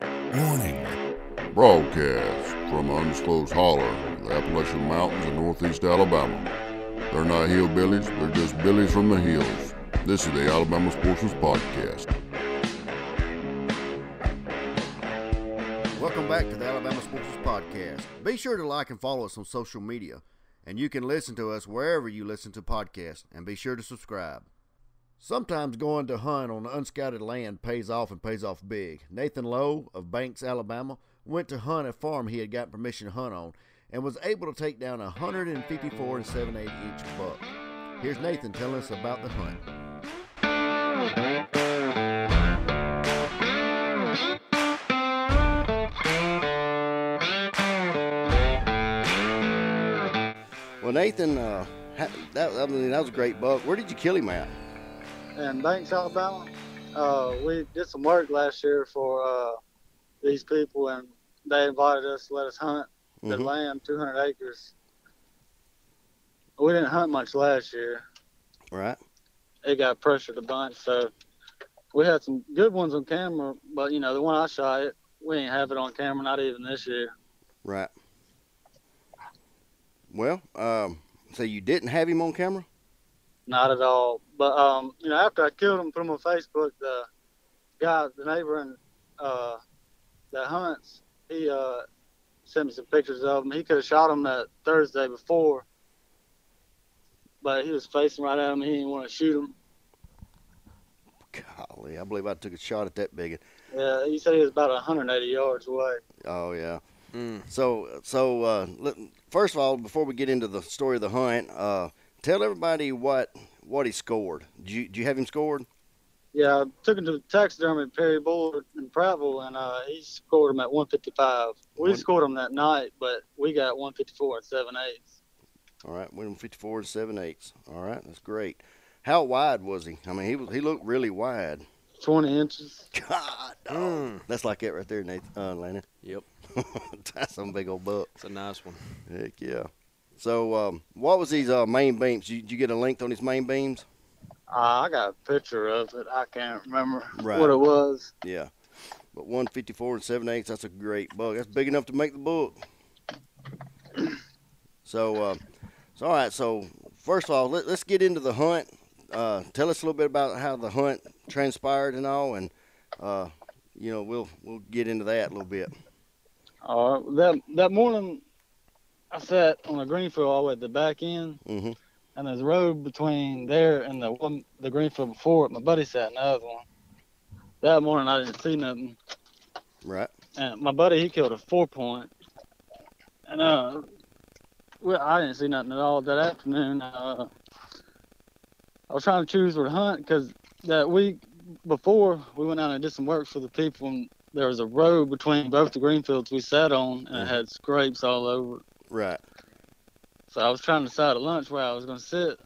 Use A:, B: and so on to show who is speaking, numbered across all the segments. A: Warning.
B: Broadcast from an undisclosed holler in the Appalachian Mountains in northeast Alabama. They're not hillbillies, they're just billies from the hills. This is the Alabama Sportsman's Podcast.
C: Welcome back to the Alabama Sports Podcast. Be sure to like and follow us on social media, and you can listen to us wherever you listen to podcasts, and be sure to subscribe. Sometimes going to hunt on unscouted land pays off and pays off big. Nathan Lowe of Banks, Alabama, went to hunt a farm he had gotten permission to hunt on and was able to take down a 154 and 7 8 inch buck. Here's Nathan telling us about the hunt. Well, Nathan, uh, ha- that, I mean, that was a great buck. Where did you kill him at?
D: in Banks, Alabama. Uh, we did some work last year for uh, these people, and they invited us to let us hunt their
C: Mhm.
D: land, 200 acres. We didn't hunt much last year.
C: Right.
D: It got pressured a bunch, so we had some good ones on camera. But you know, the one I shot, it, we ain't have it on camera, not even this year.
C: Right. Well, um, so you didn't have him on camera?
D: Not at all. But um, you know, after I killed him, put him on Facebook, the guy, the neighbor in uh, that hunts, he uh, sent me some pictures of him. He could have shot him that Thursday before, but he was facing right at him. He didn't want to shoot him.
C: Golly, I believe I took a shot at that bigot.
D: Yeah, he said he was about 180 yards away.
C: Oh yeah. So so uh, let, first of all, before we get into the story of the hunt, uh, tell everybody what what he scored. Do you, do you have him scored?
D: Yeah, I took him to the taxidermy at Perry Bullard in Prattville, and uh, he scored him at 155. We
C: One-
D: scored him that night, but we got 154 and 7 eighths.
C: All right, went him fifty four and seven eighths. All right, that's great. How wide was he? I mean, he was he looked really wide.
D: 20 inches.
C: God, dog. that's like it right there, Nathan, uh, Landon.
E: Yep,
C: that's some big old buck.
E: it's a nice one.
C: Heck yeah. So, um, what was these uh, main beams? Did you, did you get a length on these main beams?
D: Uh, I got a picture of it. I can't remember
C: Right.
D: what it was.
C: Yeah. But 154 and 7 eighths, that's a great buck. That's big enough to make the book. So, uh, so all right. So, first of all, let, let's get into the hunt. Uh, tell us a little bit about how the hunt transpired and all, and uh, you know we'll we'll get into that a little bit.
D: Uh, that that morning, I sat on a greenfield all the way at the back end,
C: Mhm.
D: and there's a road between there and the one the greenfield before it. My buddy sat in the other one. That morning, I didn't see nothing.
C: Right.
D: And my buddy, he killed a four point. And uh, well, I didn't see nothing at all that afternoon. Uh, I was trying to choose where to hunt because that week before we went out and did some work for the people, and there was a road between both the green fields we sat on, and it had scrapes all over. it.
C: Right.
D: So I was trying to decide at lunch where I was going to sit,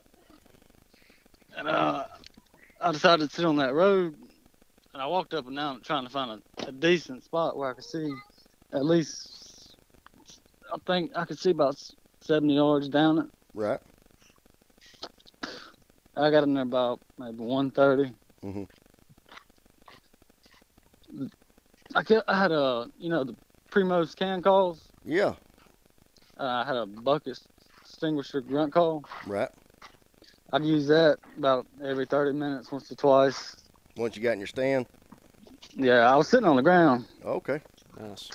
D: and uh, I decided to sit on that road. And I walked up and down trying to find a, a decent spot where I could see at least, I think I could see about 70 yards down it.
C: Right.
D: I got in there about maybe 1.30.
C: Mhm.
D: I, kept, I had a, you know, the Primo's can calls.
C: Yeah.
D: Uh, I had a bucket extinguisher grunt call.
C: Right.
D: I'd use that about every 30 minutes, once or twice.
C: Once you got in your stand.
D: Yeah, I was sitting on the ground.
C: Okay.
E: Nice.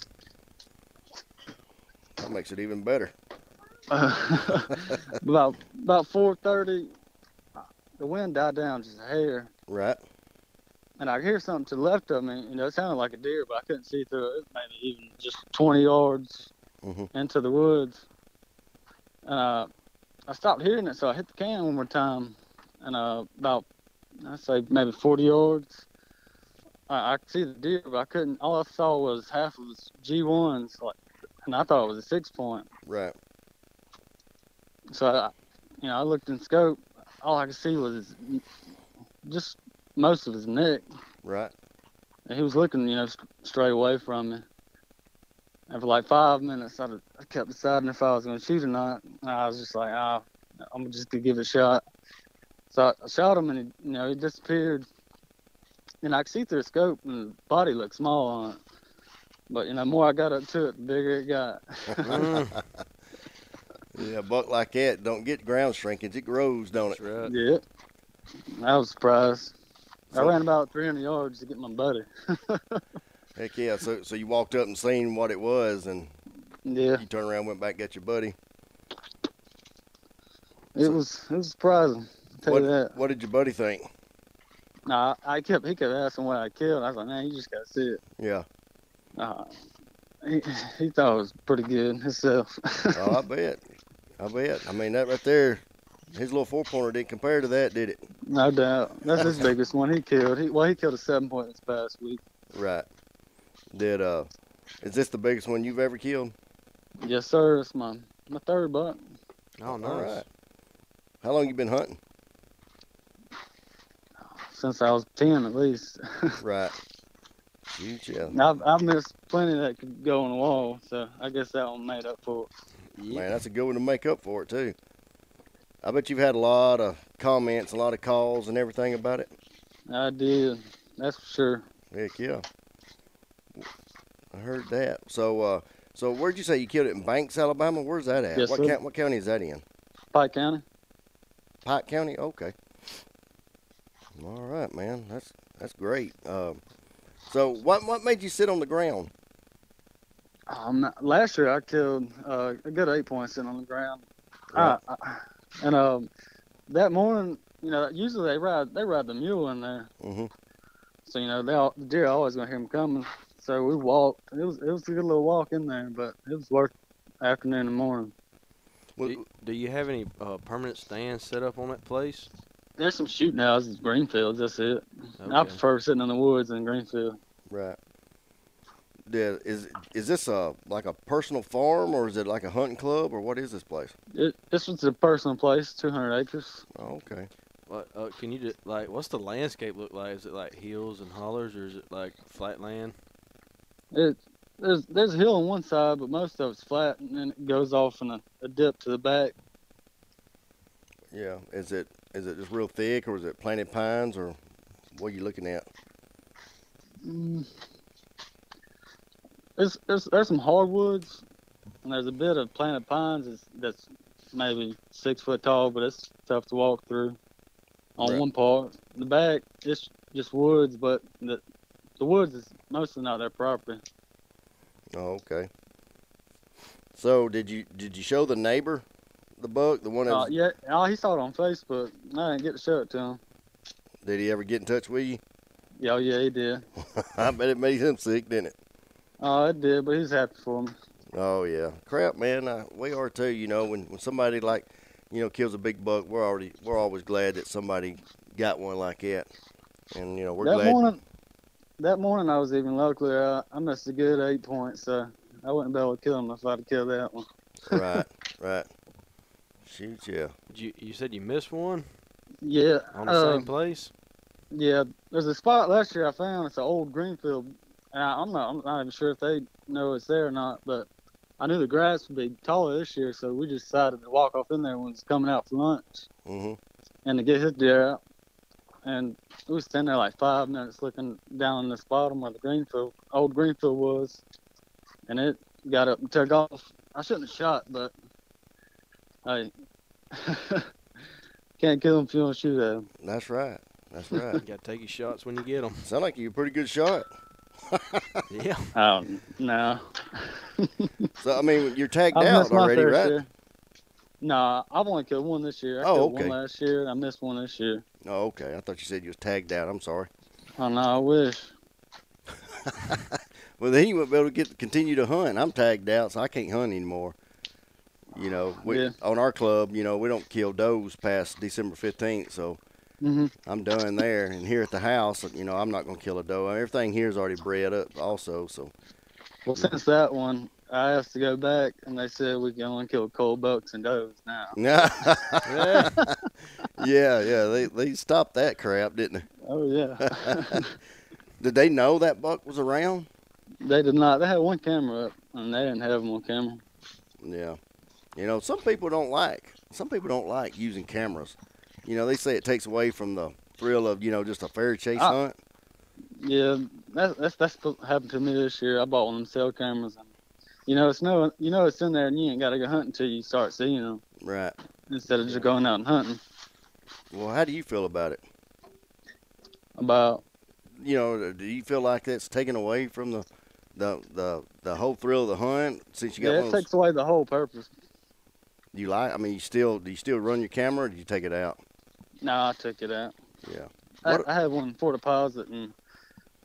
C: That makes it even better.
D: about about 4.30, the wind died down just a hair.
C: Right.
D: and I could hear something to the left of me. You know, it sounded like a deer, but I couldn't see through it. Maybe even just 20 yards
C: Mhm.
D: into the woods. And uh, I stopped hearing it, so I hit the can one more time. And uh, about, I'd say maybe 40 yards, I, I could see the deer, but I couldn't. All I saw was half of his G1s, like, and I thought it was a six point.
C: Right.
D: So, I, you know, I looked in scope. All I could see was his, just most of his neck.
C: Right.
D: And he was looking, you know, s- straight away from me. And for like five minutes, I, d- I kept deciding if I was going to shoot or not. And I was just like, ah, I'm just going to give it a shot. So I- I shot him, and he, you know, he disappeared. And I could see through the scope, and the body looked small on it. But you know, the more I got up to it, the bigger it got.
E: Mm.
C: Yeah, a buck like that don't get ground shrinkage. It grows, don't
E: That's
C: it?
E: right.
D: Yeah, I was surprised.
C: Uh,
D: I
C: So-
D: ran about 300 yards to get my buddy.
C: Heck yeah. So so you walked up and seen what it was, and
D: Yeah,
C: you turned around, went back, got your buddy.
D: it was it was surprising. I'll tell
C: what
D: you that.
C: what did your buddy think?
D: Nah, I kept he kept asking what I killed. I was like, man, you just gotta see it.
C: Yeah.
D: Uh, he, he thought it was pretty good himself.
C: Oh, I bet. I bet. I mean that right there, his little four pointer didn't compare to that, did it?
D: no doubt. That's his biggest one he killed. He, well, he killed a seven point this past week.
C: Right. Did uh is this the biggest one you've ever killed?
D: Yes, sir. It's my my third buck.
E: Oh, nice.
C: All right. How long you been hunting?
D: since I was ten at least.
C: Right. Shoot, yeah.
D: I've, I've missed plenty that could go on the wall, so I guess that one made up for it.
E: Yeah.
C: Man, that's a good one to make up for it too. I bet you've had a lot of comments, a lot of calls and everything about it.
D: I did, that's for sure.
C: Heck yeah. I heard that. So uh so where'd you say you killed it in Banks, Alabama? Where's that at?
D: Yes,
C: what
D: sir.
C: county what county is that in?
D: Pike County.
C: Pike County? Okay. All right, man. That's that's great. Um so what what made you sit on the ground?
D: Um, last year I killed uh, a good eight points sitting on the ground.
C: Right.
D: I, I, and um, that morning, you know, usually they ride they ride the mule in there,
C: Mm-hmm.
D: so you know they all, the deer are always gonna hear them coming. So we walked. It was it was a good little walk in there, but it was worth afternoon and morning.
E: Do, do you have any uh, permanent stands set up on that place?
D: There's some shooting houses, Greenfields. That's it. I
E: Okay.
D: prefer sitting in the woods than Greenfield.
C: Right. Yeah, is is this a like a personal farm or is it like a hunting club or what is this place?
D: It, this was a personal place, 200 acres.
C: Oh, okay.
E: What, uh, can you do, like? What's the landscape look like? Is it like hills and hollers, or is it like flat land?
D: It there's there's a hill on one side, but most of it's flat, and then it goes off in a, a dip to the back.
C: Yeah. Is it is it just real thick or is it planted pines or what are you looking at?
D: Mm. It's, it's, there's some hardwoods, and there's a bit of planted pines that's, that's maybe six foot tall, but it's tough to walk through. On
C: Right.
D: one part, the back it's just woods, but the the woods is mostly not their property.
C: Oh, okay. So did you did you show the neighbor the buck? The one that
D: Uh,
C: was-
D: yeah, oh, he saw it on Facebook. I didn't get to show it to him.
C: did he ever get in touch with you?
D: Yeah, oh, yeah, he did.
C: I bet it made him sick, didn't it?
D: Oh, it did, but he's happy for me.
C: Oh yeah, crap, man. Uh, we are too. You know, when when somebody like, you know, kills a big buck, we're already we're always glad that somebody got one like that, and you know we're
D: that
C: glad.
D: morning, that morning I was even luckily. I, I missed a good eight points, so I wouldn't be able to kill him if I'd killed that one.
C: Right, right. Shoot, yeah.
E: Did You you said you missed one
D: Yeah,
E: on the
D: uh,
E: same place.
D: yeah. There's a spot last year I found. It's an old greenfield. And I, I'm not. I'm not even sure if they know it's there or not, but I knew the grass would be taller this year, so we just decided to walk off in there when it's coming out for lunch.
C: hmm
D: and to get his deer out. And we was standing there like five minutes looking down this bottom where the greenfield, old greenfield was. And it got up and took off. I shouldn't have shot, but hey, can't kill him if you don't shoot at him.
C: That's right. That's right.
E: You gotta take your shots when you get them.
C: Sound like you're a pretty good shot.
E: yeah.
D: Oh, no.
C: So I mean, you're tagged
D: I
C: out
D: missed my
C: already,
D: fair
C: right?
D: share. Nah, I've only killed one this year. I
C: Oh,
D: killed
C: okay.
D: one last year, and I missed one this year.
C: Oh, okay. I thought you said you was tagged out. I'm sorry.
D: Oh, no, I wish.
C: Well, then you won't be able to get continue to hunt. I'm tagged out, so I can't hunt anymore. You know, we,
D: Yeah.
C: on our club, you know, we don't kill does past December 15th, so
D: hmm
C: I'm done there. And here at the house, you know, I'm not gonna kill a doe. Everything here is already bred up, also. So
D: Well, since that one, I asked to go back, and they said we can only kill cold bucks and does now.
C: yeah,
E: Yeah.
C: yeah, they they stopped that crap, didn't
D: Oh yeah,
C: they? Did they know that buck was around?
D: they did not. They had one camera up, and they didn't have them on camera.
C: Yeah, you know, some people don't like some people don't like using cameras. You know, they say it takes away from the thrill of you know just a fair chase
D: Ah.
C: hunt.
D: Yeah, that's that's that's what happened to me this year. I bought one of them cell cameras, and you know it's no, you know it's in there, and you ain't got to go hunting until you start seeing them
C: Right.
D: instead of just going out and hunting.
C: Well, how do you feel about it?
D: About
C: You know, do you feel like that's taken away from the the the, the whole thrill of the hunt since you got
D: yeah,
C: one?
D: it
C: of those-
D: takes away the whole purpose.
C: you like? I mean, you still do you still run your camera or do you take it out?
D: No, I took it out.
C: Yeah.
D: I,
C: What-
D: I had one for deposit, and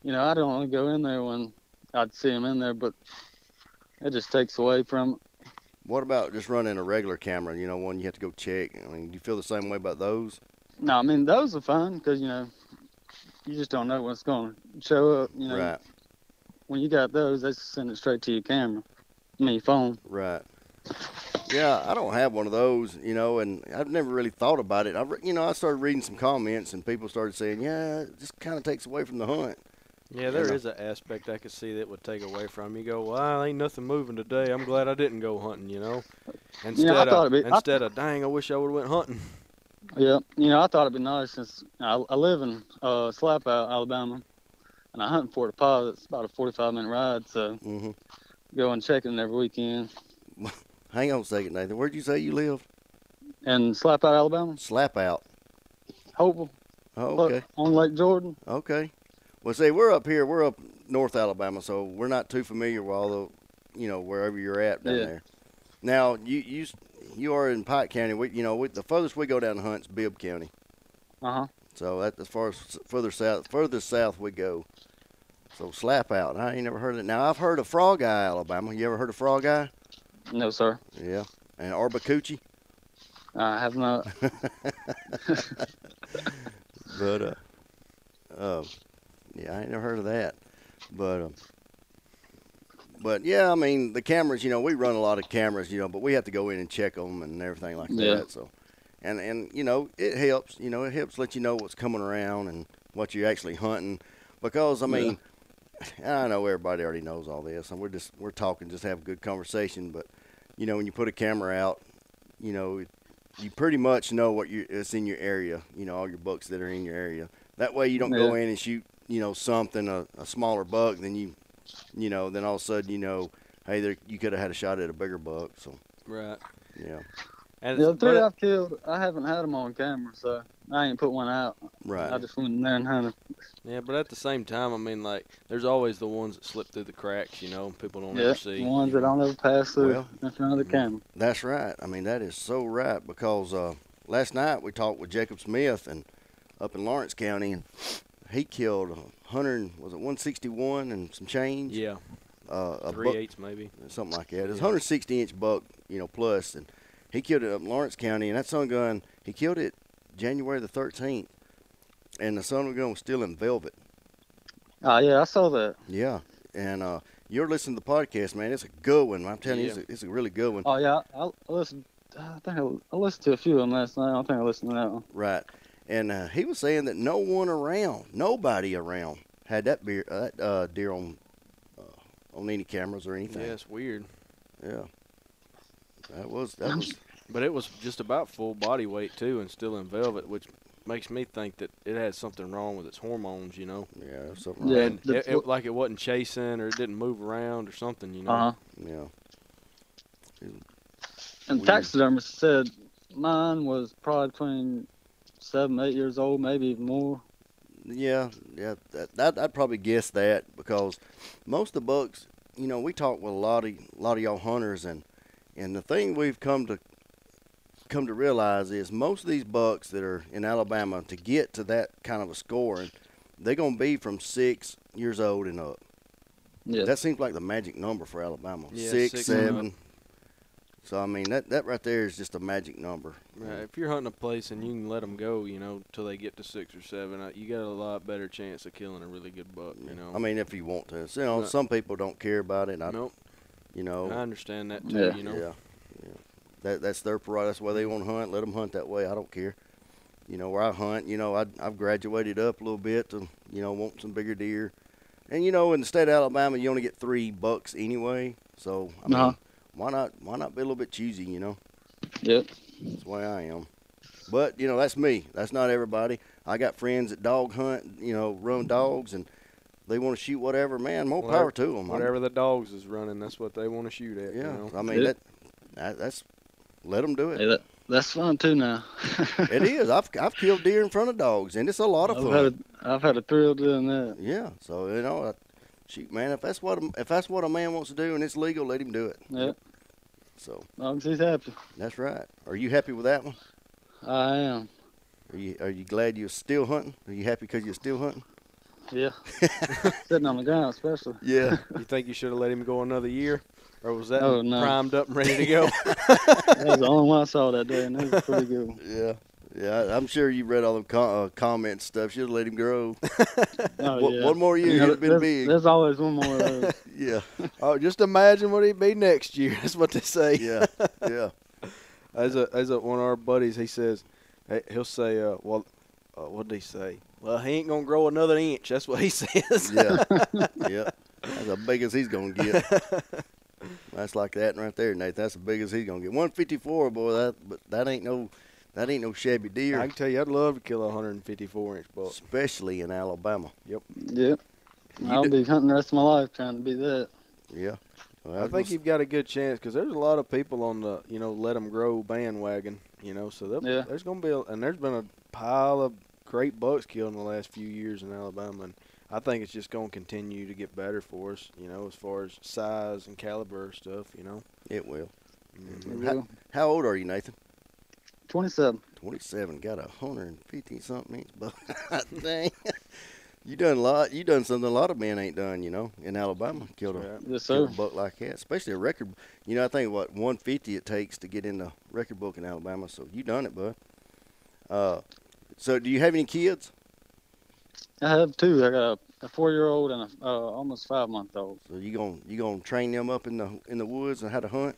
D: you know I don't want to go in there when I'd see them in there, but it just takes away from it.
C: What about just running a regular camera? You know, one you have to go check. I mean, do you feel the same way about those?
D: No, I mean those are fun because you know you just don't know what's going to show up. You know,
C: Right.
D: when you got those, they just send it straight to your camera, I mean your phone.
C: Right. Yeah, I don't have one of those, you know, and I've never really thought about it. I, re- you know, I started reading some comments, and people started saying, "Yeah, it just kind of takes away from the hunt."
E: Yeah, there
C: Yeah.
E: is an aspect I could see that would take away from you. Go, well, ain't nothing moving today. I'm glad I didn't go hunting. You know, instead
D: thought
E: of
D: it'd be- I-
E: instead of dang, I wish I would have went hunting.
D: Yeah, you know I thought it'd be nice since I, I live in uh, Slapout, Alabama, and I hunt for deposits. It's about a forty-five minute ride, so
C: hmm
D: go and check it every weekend.
C: Hang on a second, Nathan. Where'd you say you lived?
D: And Slapout, Alabama,
C: Slap out.
D: Hopewell,
C: Oh,
D: look,
C: okay,
D: on Lake Jordan.
C: okay. Well, see, we're up here. We're up North Alabama, so we're not too familiar with all the, you know, wherever you're at down
D: Yeah.
C: there. Now, you you s- you are in Pike County. We, you know, we, the furthest we go down to hunt's Bibb County.
D: Uh huh.
C: So that, as far as s- further south, further south we go. So slap out. I ain't never heard of it. Now I've heard of Frog Eye, Alabama. You ever heard of Frog Eye?
D: No, sir,
C: Yeah. And Arbacoochee.
D: I have not.
C: But uh, uh, yeah, I ain't never heard of that. But um, but yeah, I mean the cameras. You know, we run a lot of cameras. You know, but we have to go in and check them and everything like
D: Yeah.
C: that. So, and and you know it helps. You know, it helps let you know what's coming around and what you're actually hunting. Because I
D: Yeah.
C: mean, I know everybody already knows all this, and we're just we're talking, just have a good conversation. But you know, when you put a camera out, you know, it, you pretty much know what you it's in your area. You know, all your bucks that are in your area. That way, you don't go
D: Yeah.
C: in and shoot, you know, something a, a smaller buck. Then you, you know, then all of a sudden, you know, hey, there you could have had a shot at a bigger buck. So
E: Right.
C: yeah,
E: And
D: The
E: it's- but
D: three
E: it-
D: I've killed, I haven't had them on camera, so I ain't put one out.
C: right.
D: I just went in there and hunted.
E: yeah, but at the same time, I mean, like, there's always the ones that slip through the cracks. You know, people don't
D: Yeah,
E: ever see.
D: the ones that don't ever pass through
C: Well,
D: in front of the camera.
C: That's right. I mean, that is so right because uh, last night we talked with Jacob Smith and up in Lawrence County, and he killed a 100 and- was it 161 and some change,
E: Yeah,
C: uh, a
E: three
C: buck,
E: eighths maybe.
C: something like that. It's
E: Yeah.
C: 160 inch buck, you know, plus, and he killed it up in Lawrence County, and that sun gun he killed it January the 13th, and the sun gun was still in velvet.
D: Oh yeah, I saw that.
C: Yeah, and uh, you're listening to the podcast, man. It's a good one. I'm telling you, it's a, it's a really good one.
D: Oh yeah, I, I listened. I think I, I listened to a few of them last night. I don't think I listened to that one.
C: Right. And uh, he was saying that no one around, nobody around, had that beer, uh, that uh, deer on uh, on any cameras or
E: Yeah,
C: anything.
E: it's weird.
C: Yeah. That was that was
E: But it was just about full body weight too, and still in velvet, which makes me think that it had something wrong with its hormones. You know,
C: yeah there was something.
D: Yeah,
C: Wrong.
E: and
D: the
E: it,
D: fl-
E: it, like it wasn't chasing or it didn't move around or something. You know.
D: Uh huh.
C: Yeah.
D: And
C: Weird.
D: taxidermist said mine was probably between seven, eight years old, maybe even more.
C: Yeah. Yeah. That, that I'd probably guess that because most of the bucks, you know, we talk with a lot of lot of y'all hunters, and and the thing we've come to come to realize is most of these bucks that are in Alabama to get to that kind of a scoring, they're gonna be from six years old and up.
D: Yeah.
C: That seems like the magic number for Alabama.
E: Yeah,
C: six,
E: six
D: and
C: seven. So I mean that that right there is just a magic number.
E: Right, if you're hunting a place and you can let them go, you know, till they get to six or seven, uh, you got a lot better chance of killing a really good buck. You know,
C: I mean if you want to. So, you know,
E: Right.
C: some people don't care about it. I,
E: nope,
C: You know.
E: I understand that too.
D: Yeah.
E: You know,
C: Yeah, yeah. That that's their prerogative. That's why they want to hunt. Let them hunt that way. I don't care. You know where I hunt. You know I I've graduated up a little bit to you know want some bigger deer, and you know in the state of Alabama you only get three bucks anyway. So I mean,
D: Uh-huh.
C: why not why not be a little bit choosy? You know
D: Yep.
C: that's the way I am. But you know that's me. That's not everybody. I got friends that dog hunt. You know run dogs and. they want to shoot whatever. Man, more
E: Whatever-
C: power to them.
E: Whatever the dogs is running, that's what they want to shoot at.
C: yeah,
E: You know?
C: I mean
D: Yeah.
C: that, that that's let them do
D: Hey,
C: it.
D: that, that's fun too now.
C: it is. I've I've killed deer in front of dogs, and it's a lot of
D: I've
C: fun.
D: had, a, I've had a thrill doing that.
C: Yeah. So you know, I, shoot, man, if that's what a, if that's what a man wants to do and it's legal, let him do it.
D: Yeah,
C: So
D: as long as he's happy.
C: that's right. Are you happy with that one?
D: I am.
C: Are you Are you glad you're still hunting? Are you happy because you're still hunting?
D: Yeah. Sitting on the ground, especially.
C: Yeah.
E: You think you should have let him go another year, or was that
D: Oh, no.
E: primed up and ready to go?
D: That was the only one I saw that day, and it was a pretty good one.
C: yeah. Yeah. I- I'm sure you read all the com- uh, comments and stuff. Should have let him grow.
D: Oh,
C: One-
D: yeah.
C: one more year,
D: You know,
C: he'd have been
D: there's,
C: big.
D: There's always one more. uh, Of those.
C: yeah.
E: oh, just imagine what he'd be next year. That's what they say.
C: Yeah. Yeah.
E: As a as a, one of our buddies, he says, he- he'll say, uh, "Well, uh, what did he say? Well, he ain't gonna grow another inch." That's what he says.
C: Yeah. yeah. That's the biggest he's gonna get. That's like that right there, Nate. That's the biggest he's gonna get. 154, boy. That but that ain't no that ain't no shabby deer,
E: I can tell you, I'd love to kill a 154 inch buck.
C: especially in Alabama.
D: Yep. I'll be hunting the rest of my life trying to be that.
C: Yeah. Well,
E: I
C: that's
E: think
C: what's-
E: you've got a good chance because there's a lot of people on the you know let 'em grow bandwagon. You know, so they'll-
D: Yeah.
E: there's gonna be a, and there's been a pile of great bucks killed in the last few years in Alabama, and I think it's just gonna continue to get better for us. You know, as far as size and caliber and stuff. You know,
C: it will.
E: Mhm.
C: How, how old are you, Nathan?
D: 27.
C: 27. Got a hundred and fifty something inch buck. Dang. You done a lot. You done something a lot of men ain't done. You know, in Alabama, killed a,
E: Right.
D: Yes,
C: killed
D: sir.
C: a buck like that, especially a record. You know, I think what 150 it takes to get in the record book in Alabama. So you done it, bud. Uh, so do you have any kids?
D: I have two. I got a, a four year old and a uh, almost five month old.
C: So you gonna you gonna train them up in the in the woods and how to hunt?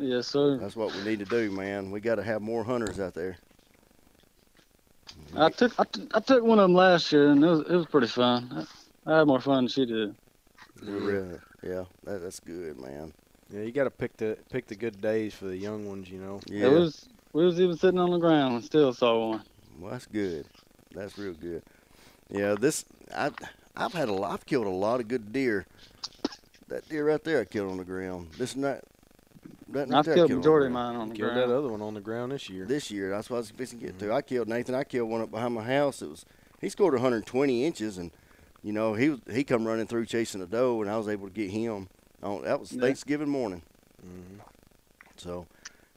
D: Yes, sir.
C: That's what we need to do, man. We got to have more hunters out there.
D: I took I t- I took one of them last year, and it was, it was pretty fun. I, I had more fun than she did.
C: We really- yeah, that, that's good, man.
E: Yeah, you got to pick the pick the good days for the young ones. You know,
C: Yeah.
D: It was we was even sitting on the ground and still saw one.
C: Well, that's good. That's real good. Yeah, this I I've had a lot. I've killed a lot of good deer. That deer right there, I killed on the ground. This not. That
D: I've
C: there I
D: killed
C: killed on the
D: majority of
C: ground.
D: mine on the
E: killed
D: ground.
E: that other one on the ground this year.
C: This year, that's what I was fixing to get
D: Mm-hmm.
C: to. I killed Nathan. I killed one up behind my house. It was he scored 120 inches, and you know he was, he come running through chasing a doe, and I was able to get him. On, that was
D: Yeah.
C: Thanksgiving morning.
E: Mhm.
C: So,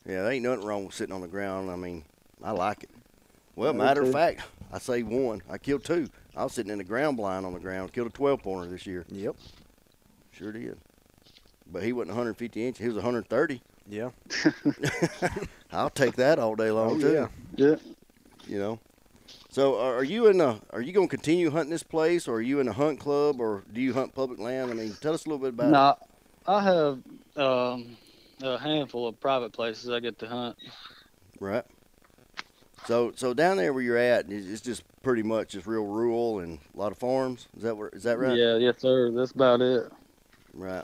C: yeah, there ain't nothing wrong with sitting on the ground. I mean, I like it. Well,
D: Me
C: matter of
D: too.
C: fact, I say one. I killed two. I was sitting in the ground blind on the ground. Killed a 12 pointer this year.
E: Yep.
C: Sure did. But he wasn't 150 inches. He was 130.
E: Yeah.
C: I'll take that all day long too.
E: yeah.
D: Oh, Yeah.
C: You know. So, are are you in a? Are you gonna continue hunting this place, or are you in a hunt club, or do you hunt public land? I mean, tell us a little bit about
D: Now, I have um, a handful of private places I get to hunt.
C: it, right? So, so down there where you're at, it's it's just pretty much just real rural and a lot of farms. Is that where? Is that right?
D: Yeah, yes, sir. That's about it.
C: Right. A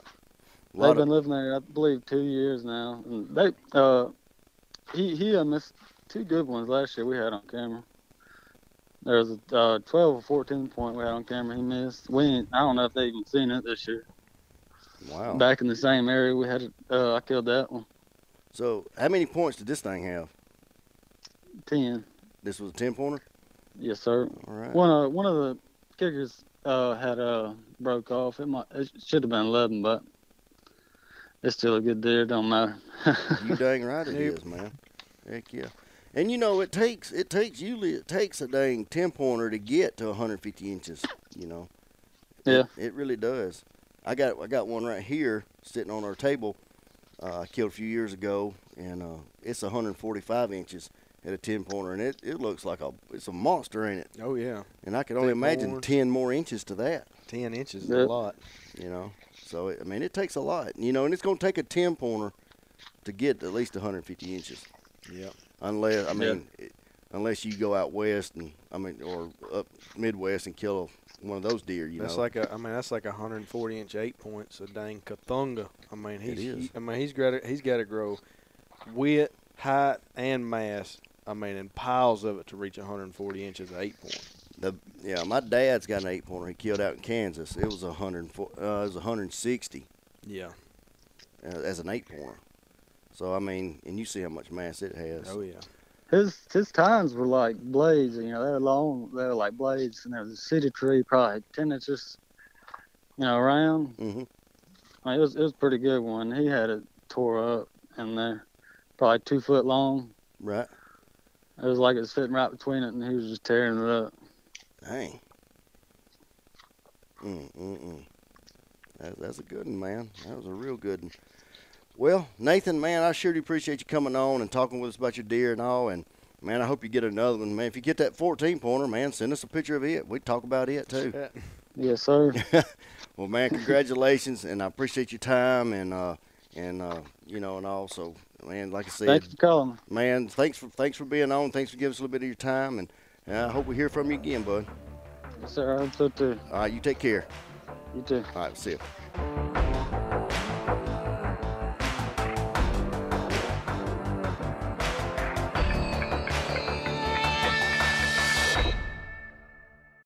D: They've
C: lot
D: been
C: of,
D: living there, I believe, two years now. And they, uh, he, he uh, missed two good ones last year we had on camera. There was a uh, 12 or 14 point we had on camera he missed. We ain't, I don't know if they even seen it this year.
C: wow.
D: Back in the same area we had, it, uh, I killed that one.
C: So how many points did this thing have?
D: 10.
C: This was a ten pointer.
D: Yes, sir.
C: All right.
D: One of one of the kickers uh, had uh, broke off. It might it should have been eleven, but it's still a good deer. Don't matter.
C: You dang right it
E: Nope.
C: is, man. Heck yeah. And you know it takes it takes usually it takes a dang ten pointer to get to 150 inches. You know.
D: Yeah.
C: It, it really does. I got I got one right here sitting on our table. Uh, I killed a few years ago, and uh, it's 145 inches at a ten pointer, and it, it looks like a it's a monster, ain't it?
E: Oh yeah.
C: And I could only
E: Big
C: imagine
E: horn.
C: ten more inches to that.
E: Ten inches is
D: Yeah.
E: a lot.
C: you know. So it, I mean, it takes a lot, you know, and it's going to take a ten pointer to get at least 150 inches,
E: Yeah.
C: unless I
D: Yeah.
C: mean, it, unless you go out west and I mean, or up Midwest and kill one of those deer, you
E: that's
C: know.
E: like a. I mean, that's like a 140 inch eight points. A dang Kathunga. I mean, he's.
C: is.
E: He, I mean, he's got. He's got to grow, width, height, and mass. I mean, and piles of it to reach 140 inches of eight point.
C: The yeah, my dad's got an eight pointer. He killed out in Kansas. It was a hundred and four. Uh, it was a hundred and sixty
E: Yeah.
C: uh, as an eight pointer. So I mean, and you see how much mass it has.
E: Oh yeah.
D: His his times were like blades, you know, they were long, they were like blades, and there was a cedar tree probably ten inches, you know, around.
C: Mhm.
D: I mean, it was it was a pretty good one. He had it tore up in there, probably two foot long.
C: Right.
D: It was like it was fitting right between it, and he was just tearing it up.
C: Dang. Mm mm mm. That, that's a good one, man. That was a real good one. Well, Nathan, man, I sure do appreciate you coming on and talking with us about your deer and all. And man, I hope you get another one, man. If you get that 14 pointer, man, send us a picture of it. We talk about it too.
E: Yeah.
D: Yes, sir.
C: Well, man, congratulations, and I appreciate your time and uh and uh you know and all. So, man, like I said,
D: Thanks for calling.
C: man, thanks for thanks for being on. Thanks for giving us a little bit of your time, and, and I hope we hear from you again, bud.
D: Yes, sir. I hope so too.
C: All right, you take care.
D: You too.
C: All right, see you.